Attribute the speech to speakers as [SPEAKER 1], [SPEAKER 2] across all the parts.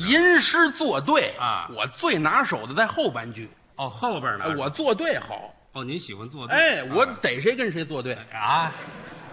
[SPEAKER 1] 吟诗作对
[SPEAKER 2] 啊
[SPEAKER 1] 我最拿手的在后半句，
[SPEAKER 2] 哦，后边呢？
[SPEAKER 1] 哎我作对好，
[SPEAKER 2] 哦，您喜欢做对
[SPEAKER 1] 哎，我
[SPEAKER 2] 啊
[SPEAKER 1] 逮谁跟谁作对
[SPEAKER 2] 啊，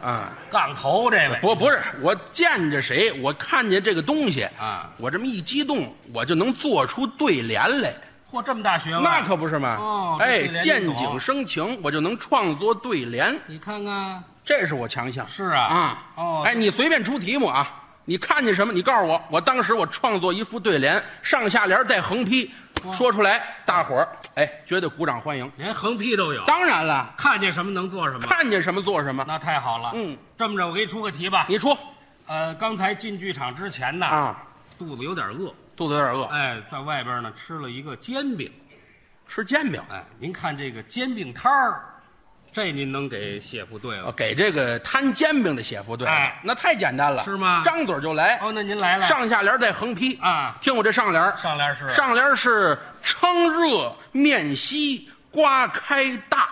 [SPEAKER 1] 啊。
[SPEAKER 2] 杠头这位
[SPEAKER 1] 不，不是，我见着谁，我看见这个东西
[SPEAKER 2] 啊，
[SPEAKER 1] 我这么一激动，我就能做出对联来，
[SPEAKER 2] 嚯，这么大学问，
[SPEAKER 1] 那可不是嘛。
[SPEAKER 2] 嗯哦这
[SPEAKER 1] 哎
[SPEAKER 2] 对，联
[SPEAKER 1] 见
[SPEAKER 2] 你懂
[SPEAKER 1] 景生情，我就能创作对联，
[SPEAKER 2] 你看看，
[SPEAKER 1] 这是我强项。
[SPEAKER 2] 是啊
[SPEAKER 1] 啊，
[SPEAKER 2] 哦
[SPEAKER 1] 哎，你随便出题目啊，你看见什么，你告诉我，我当时我创作一副对联，上下联带横批，说出来，大伙儿哎，绝对鼓掌欢迎。
[SPEAKER 2] 连横批都有，
[SPEAKER 1] 当然了，
[SPEAKER 2] 看见什么能做什么，
[SPEAKER 1] 看见什么做什么，
[SPEAKER 2] 那太好了。
[SPEAKER 1] 嗯，
[SPEAKER 2] 这么着，我给你出个题吧。
[SPEAKER 1] 你出
[SPEAKER 2] 呃，刚才进剧场之前呢，
[SPEAKER 1] 啊。
[SPEAKER 2] 肚子有点饿，
[SPEAKER 1] 肚子有点饿，
[SPEAKER 2] 哎，在外边呢吃了一个煎饼，
[SPEAKER 1] 吃煎饼。
[SPEAKER 2] 哎，您看这个煎饼摊儿，这您能给写副对
[SPEAKER 1] 啊
[SPEAKER 2] 了，
[SPEAKER 1] 给这个摊煎饼的写副对了
[SPEAKER 2] 哎
[SPEAKER 1] 那太简单了，
[SPEAKER 2] 是吗
[SPEAKER 1] 张嘴就来，
[SPEAKER 2] 哦，那您来了，
[SPEAKER 1] 上下联带横批
[SPEAKER 2] 啊
[SPEAKER 1] 听我这上联儿，
[SPEAKER 2] 上联是
[SPEAKER 1] 上联是撑热面稀瓜开大，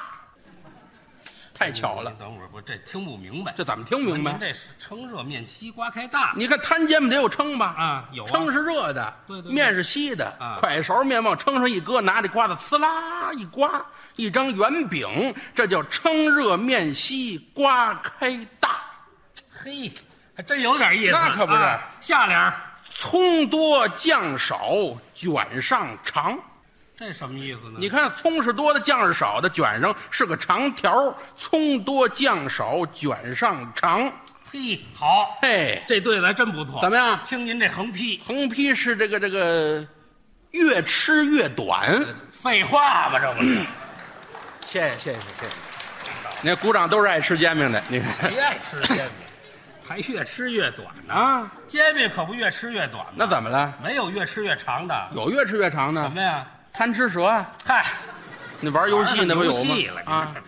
[SPEAKER 1] 太巧了
[SPEAKER 2] 您，哎等会儿，我这听不明白，啊
[SPEAKER 1] 这怎么听明
[SPEAKER 2] 您
[SPEAKER 1] 白？
[SPEAKER 2] 这是撑热面稀瓜开大，
[SPEAKER 1] 你看摊煎饼得有撑吧？
[SPEAKER 2] 啊有啊
[SPEAKER 1] 撑是热的，
[SPEAKER 2] 对对对
[SPEAKER 1] 面是稀的，
[SPEAKER 2] 啊
[SPEAKER 1] 快勺面往撑上一搁，拿这瓜子呲啦一刮，一张圆饼，这叫撑热面稀瓜开大。
[SPEAKER 2] 嘿，还真有点意思。
[SPEAKER 1] 那可不是
[SPEAKER 2] 啊下联儿，
[SPEAKER 1] 葱多酱少卷上长。
[SPEAKER 2] 嗯这什么意思呢？
[SPEAKER 1] 你看，葱是多的，酱是少的，卷上是个长条儿。葱多酱少卷上长，
[SPEAKER 2] 嘿，好，
[SPEAKER 1] 嘿，
[SPEAKER 2] 这对子还真不错。
[SPEAKER 1] 怎么样？
[SPEAKER 2] 听您这横批，
[SPEAKER 1] 横批是这个这个，越吃越短。
[SPEAKER 2] 废话吧，这不 是？
[SPEAKER 1] 谢谢谢谢谢哎谢。那鼓掌都是爱吃煎饼的，你看
[SPEAKER 2] 谁爱吃煎饼？还越吃越短呢？
[SPEAKER 1] 啊，
[SPEAKER 2] 煎饼可不越吃越短吗？
[SPEAKER 1] 那怎么了？
[SPEAKER 2] 没有越吃越长的。
[SPEAKER 1] 有越吃越长
[SPEAKER 2] 什
[SPEAKER 1] 呢？
[SPEAKER 2] 么呀？
[SPEAKER 1] 贪吃蛇啊，
[SPEAKER 2] 嗨，
[SPEAKER 1] 那玩游戏那不有
[SPEAKER 2] 玩上游戏
[SPEAKER 1] 吗
[SPEAKER 2] 了？
[SPEAKER 1] 啊，，
[SPEAKER 2] 您这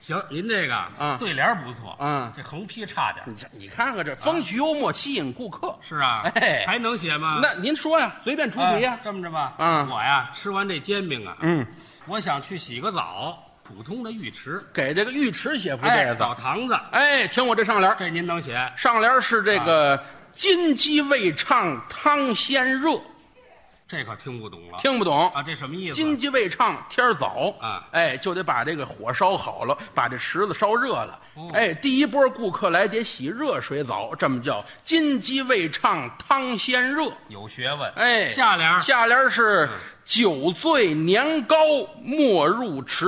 [SPEAKER 2] 行，您这个
[SPEAKER 1] 嗯
[SPEAKER 2] 对联儿不错，
[SPEAKER 1] 嗯
[SPEAKER 2] 这横批差点儿
[SPEAKER 1] 你。看你看看这风趣幽默，吸引顾客。
[SPEAKER 2] 是啊
[SPEAKER 1] 哎，
[SPEAKER 2] 还能写吗？
[SPEAKER 1] 那您说呀，随便出题呀
[SPEAKER 2] 哎。这么着吧，
[SPEAKER 1] 嗯
[SPEAKER 2] 我呀吃完这煎饼啊，
[SPEAKER 1] 嗯，
[SPEAKER 2] 我想去洗个澡，普通的浴池，
[SPEAKER 1] 给这个浴池写副
[SPEAKER 2] 哎，
[SPEAKER 1] 对子。
[SPEAKER 2] 澡堂子，
[SPEAKER 1] 哎，听我这上联儿，
[SPEAKER 2] 这您能写？
[SPEAKER 1] 上联儿是这个“金鸡未唱汤先热
[SPEAKER 2] 这可听不懂”，了。
[SPEAKER 1] 听不懂
[SPEAKER 2] 啊，。这什么意思？
[SPEAKER 1] 金鸡未唱天儿早
[SPEAKER 2] 啊
[SPEAKER 1] 哎，就得把这个火烧好了，把这池子烧热了
[SPEAKER 2] 哦。
[SPEAKER 1] 哎，第一波顾客来得洗热水澡，这么叫“金鸡未唱汤先热
[SPEAKER 2] 有学问。”。
[SPEAKER 1] 哎，
[SPEAKER 2] 下联儿
[SPEAKER 1] 下联儿是“酒醉年高莫入池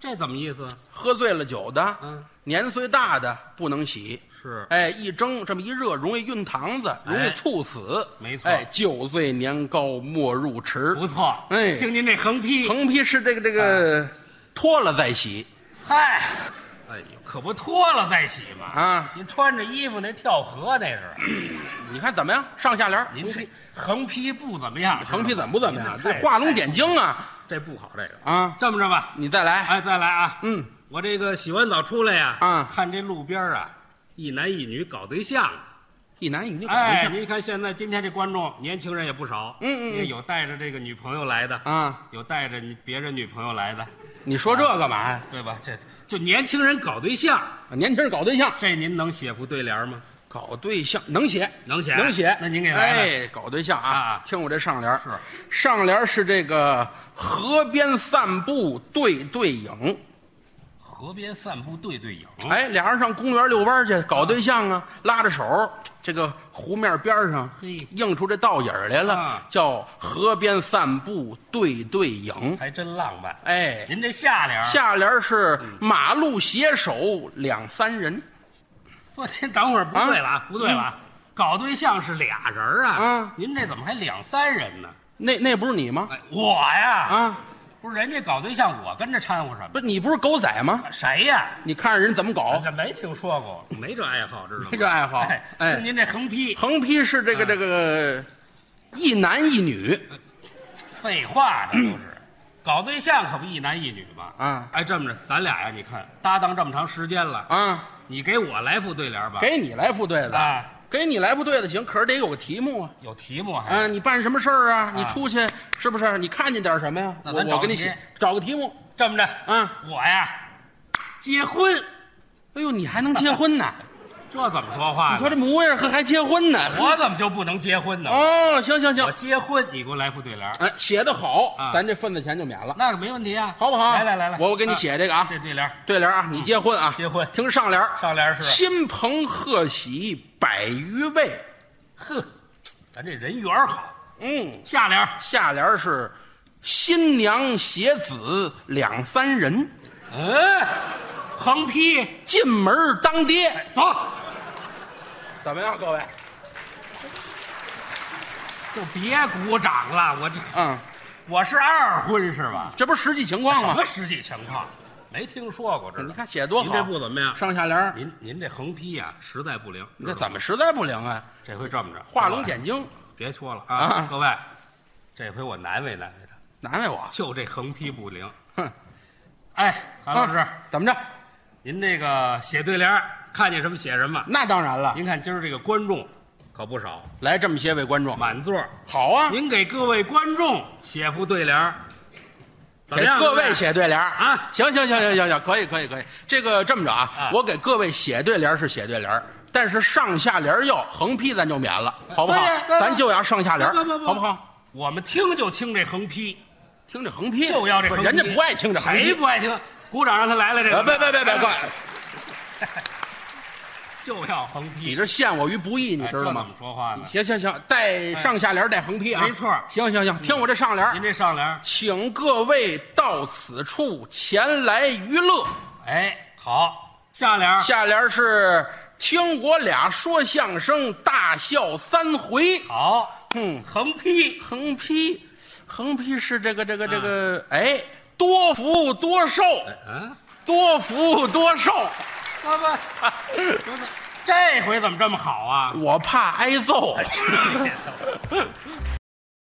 [SPEAKER 2] 这怎么意思？”，
[SPEAKER 1] 喝醉了酒的，
[SPEAKER 2] 嗯
[SPEAKER 1] 年岁大的不能洗。
[SPEAKER 2] 是哎
[SPEAKER 1] 哎，一蒸这么一热，容易晕堂子，容易猝死。
[SPEAKER 2] 没错
[SPEAKER 1] 哎，酒醉年高莫入池。
[SPEAKER 2] 不错。
[SPEAKER 1] 哎
[SPEAKER 2] 听您这横批，
[SPEAKER 1] 横批是这个这
[SPEAKER 2] 啊
[SPEAKER 1] 个，脱了再洗
[SPEAKER 2] 嗨，哎呦，可不脱了再洗嘛。
[SPEAKER 1] 啊！
[SPEAKER 2] 您穿着衣服那跳河那是，
[SPEAKER 1] 你看怎么样？上下联儿，
[SPEAKER 2] 您这横批不怎么样，
[SPEAKER 1] 横批怎么不怎么样？
[SPEAKER 2] 您
[SPEAKER 1] 这
[SPEAKER 2] 太
[SPEAKER 1] 画龙点睛啊！
[SPEAKER 2] 这不好，这个
[SPEAKER 1] 啊，
[SPEAKER 2] 这么着吧，
[SPEAKER 1] 你再来，
[SPEAKER 2] 哎，再来啊，
[SPEAKER 1] 嗯，
[SPEAKER 2] 我这个洗完澡出来呀，
[SPEAKER 1] 啊
[SPEAKER 2] 看这路边啊，一男一女搞对象，
[SPEAKER 1] 一男一嗯女搞对
[SPEAKER 2] 哎，
[SPEAKER 1] 象
[SPEAKER 2] 您看现在今天这观众年轻人也不少，
[SPEAKER 1] 嗯嗯嗯
[SPEAKER 2] 也有带着这个女朋友来的，
[SPEAKER 1] 啊！
[SPEAKER 2] 有带着你别人女朋友来的，
[SPEAKER 1] 你说这干嘛呀？
[SPEAKER 2] 对吧？这就年轻人搞对象，
[SPEAKER 1] 年轻人搞对象，
[SPEAKER 2] 这您能写副对联吗？
[SPEAKER 1] 搞对象能写，
[SPEAKER 2] 能写
[SPEAKER 1] 能写。
[SPEAKER 2] 那您给来来
[SPEAKER 1] 哎，搞对象啊
[SPEAKER 2] 啊！
[SPEAKER 1] 听我这上联儿
[SPEAKER 2] 是
[SPEAKER 1] 上联儿是这个河边散步对对影。
[SPEAKER 2] 河边散步对对影，
[SPEAKER 1] 哎，俩人上公园遛弯去，搞对象啊，拉着手，这个湖面边上
[SPEAKER 2] 嘿，
[SPEAKER 1] 映出这倒影儿来了
[SPEAKER 2] 啊，
[SPEAKER 1] 叫河边散步对对影。
[SPEAKER 2] 还真浪漫。
[SPEAKER 1] 哎，
[SPEAKER 2] 您这下联儿，
[SPEAKER 1] 下联是马路携手两三人，
[SPEAKER 2] 不，您等会儿不对了
[SPEAKER 1] 啊
[SPEAKER 2] 啊，不对了啊，搞对象是俩人儿啊，
[SPEAKER 1] 啊
[SPEAKER 2] 您这怎么还两三人呢？
[SPEAKER 1] 那那不是你吗？
[SPEAKER 2] 哎，我呀，
[SPEAKER 1] 啊，
[SPEAKER 2] 不是人家搞对象，我跟着掺和什
[SPEAKER 1] 不是你不是狗仔吗？
[SPEAKER 2] 么？谁呀？
[SPEAKER 1] 你看着人怎么搞？
[SPEAKER 2] 这没听说过，没这爱好，知道吗？
[SPEAKER 1] 没这爱好
[SPEAKER 2] 哎
[SPEAKER 1] 哎
[SPEAKER 2] 听您这横批，
[SPEAKER 1] 横批是这个
[SPEAKER 2] 哎
[SPEAKER 1] 这个一男一女，
[SPEAKER 2] 废话这都是。搞对象可不一男一女吗？
[SPEAKER 1] 啊
[SPEAKER 2] 哎，这么着，咱俩呀，你看搭档这么长时间了，
[SPEAKER 1] 啊，
[SPEAKER 2] 你给我来副对联吧。
[SPEAKER 1] 给你来副对子，
[SPEAKER 2] 啊，
[SPEAKER 1] 给你来副对子行，可是得有个题目啊。
[SPEAKER 2] 有题目还。
[SPEAKER 1] 啊，你办什么事儿啊？你出去是不是？你看见点什么呀？
[SPEAKER 2] 哎那
[SPEAKER 1] 我
[SPEAKER 2] 咱
[SPEAKER 1] 我
[SPEAKER 2] 找
[SPEAKER 1] 给你
[SPEAKER 2] 题
[SPEAKER 1] 写找个题目。
[SPEAKER 2] 这么着，
[SPEAKER 1] 啊，
[SPEAKER 2] 我呀，结婚，
[SPEAKER 1] 哎呦，你还能结婚呢？
[SPEAKER 2] 这怎么说话
[SPEAKER 1] 你说这
[SPEAKER 2] 呢？
[SPEAKER 1] 模样还还结婚呢？
[SPEAKER 2] 我怎么就不能结婚呢？
[SPEAKER 1] 哦，行行
[SPEAKER 2] 我
[SPEAKER 1] 行，
[SPEAKER 2] 结婚，你给我来副对联儿，
[SPEAKER 1] 哎，写的好
[SPEAKER 2] 啊，
[SPEAKER 1] 咱这份子钱就免了，
[SPEAKER 2] 那个没问题啊，
[SPEAKER 1] 好不好？
[SPEAKER 2] 来来来来，
[SPEAKER 1] 我我给你
[SPEAKER 2] 啊
[SPEAKER 1] 写这个啊，
[SPEAKER 2] 这对联儿，
[SPEAKER 1] 对联啊，你结婚啊，
[SPEAKER 2] 结婚
[SPEAKER 1] 听上联儿，
[SPEAKER 2] 上联是
[SPEAKER 1] 亲朋贺喜百余位，
[SPEAKER 2] 呵，咱这人缘儿好。
[SPEAKER 1] 嗯，
[SPEAKER 2] 下联儿，
[SPEAKER 1] 下联是新娘携子两三人，
[SPEAKER 2] 嗯，横批，
[SPEAKER 1] 进门当爹，
[SPEAKER 2] 走，
[SPEAKER 1] 怎么样，各位？
[SPEAKER 2] 就别鼓掌了。我这
[SPEAKER 1] 嗯，
[SPEAKER 2] 我是二婚是吧？
[SPEAKER 1] 这不是实际情况
[SPEAKER 2] 什
[SPEAKER 1] 吗？哎
[SPEAKER 2] 么实际情况？没听说过这
[SPEAKER 1] 你
[SPEAKER 2] 个。
[SPEAKER 1] 看写得多
[SPEAKER 2] 您
[SPEAKER 1] 好，
[SPEAKER 2] 这不怎么样
[SPEAKER 1] 上下联儿，
[SPEAKER 2] 您您这啊横批呀、实在不灵。
[SPEAKER 1] 你这怎么实在不灵啊？
[SPEAKER 2] 这回这么着，
[SPEAKER 1] 画龙点睛，
[SPEAKER 2] 别说了啊，
[SPEAKER 1] 啊
[SPEAKER 2] 各位，这回我难为难为他，
[SPEAKER 1] 难为我。
[SPEAKER 2] 就这横批不灵。
[SPEAKER 1] 哼，
[SPEAKER 2] 哎，韩老师，
[SPEAKER 1] 啊怎么着？
[SPEAKER 2] 您这个写对联儿，看见什么写什么。
[SPEAKER 1] 那当然了，
[SPEAKER 2] 您看今儿这个观众可不少，
[SPEAKER 1] 来这么些位观众，
[SPEAKER 2] 满座儿。
[SPEAKER 1] 好啊，
[SPEAKER 2] 您给各位观众写副对联儿，怎么
[SPEAKER 1] 给
[SPEAKER 2] 样？
[SPEAKER 1] 各位写对联儿
[SPEAKER 2] 啊
[SPEAKER 1] 行行行行行行，可以可以可以。这个这么着啊
[SPEAKER 2] 啊，
[SPEAKER 1] 我给各位写对联儿是写对联儿，但是上下联儿要横批咱就免了，好不好
[SPEAKER 2] 对呀？对呀
[SPEAKER 1] 咱就要上下联儿
[SPEAKER 2] 不不不，不
[SPEAKER 1] 好不好？
[SPEAKER 2] 我们听就听这横批，
[SPEAKER 1] 听这横批，
[SPEAKER 2] 就要这
[SPEAKER 1] 不
[SPEAKER 2] 横
[SPEAKER 1] 是
[SPEAKER 2] 批。
[SPEAKER 1] 人家不爱听这横
[SPEAKER 2] 谁
[SPEAKER 1] 批。
[SPEAKER 2] 不爱哎听？鼓掌让他来了这
[SPEAKER 1] 呃
[SPEAKER 2] 个。
[SPEAKER 1] 别别别别，各位，
[SPEAKER 2] 就要横批。
[SPEAKER 1] 你这陷我于不义，你
[SPEAKER 2] 哎
[SPEAKER 1] 知道
[SPEAKER 2] 这
[SPEAKER 1] 吗
[SPEAKER 2] 怎么？说话呢？
[SPEAKER 1] 行行行，带上下联儿带横批啊，
[SPEAKER 2] 没错儿嗯
[SPEAKER 1] 行行行，听我这上联
[SPEAKER 2] 您
[SPEAKER 1] 儿，
[SPEAKER 2] 这上联儿，
[SPEAKER 1] 请各位到此处前来娱乐。
[SPEAKER 2] 哎，好，下联儿，
[SPEAKER 1] 下联是听我俩说相声，大笑三回。
[SPEAKER 2] 好，
[SPEAKER 1] 嗯，
[SPEAKER 2] 横批，
[SPEAKER 1] 横批，横批是这个这个这个，哎，多福多寿，
[SPEAKER 2] 嗯，
[SPEAKER 1] 多福多寿。
[SPEAKER 2] 不不，不是这回怎么这么好啊？
[SPEAKER 1] 我怕挨揍，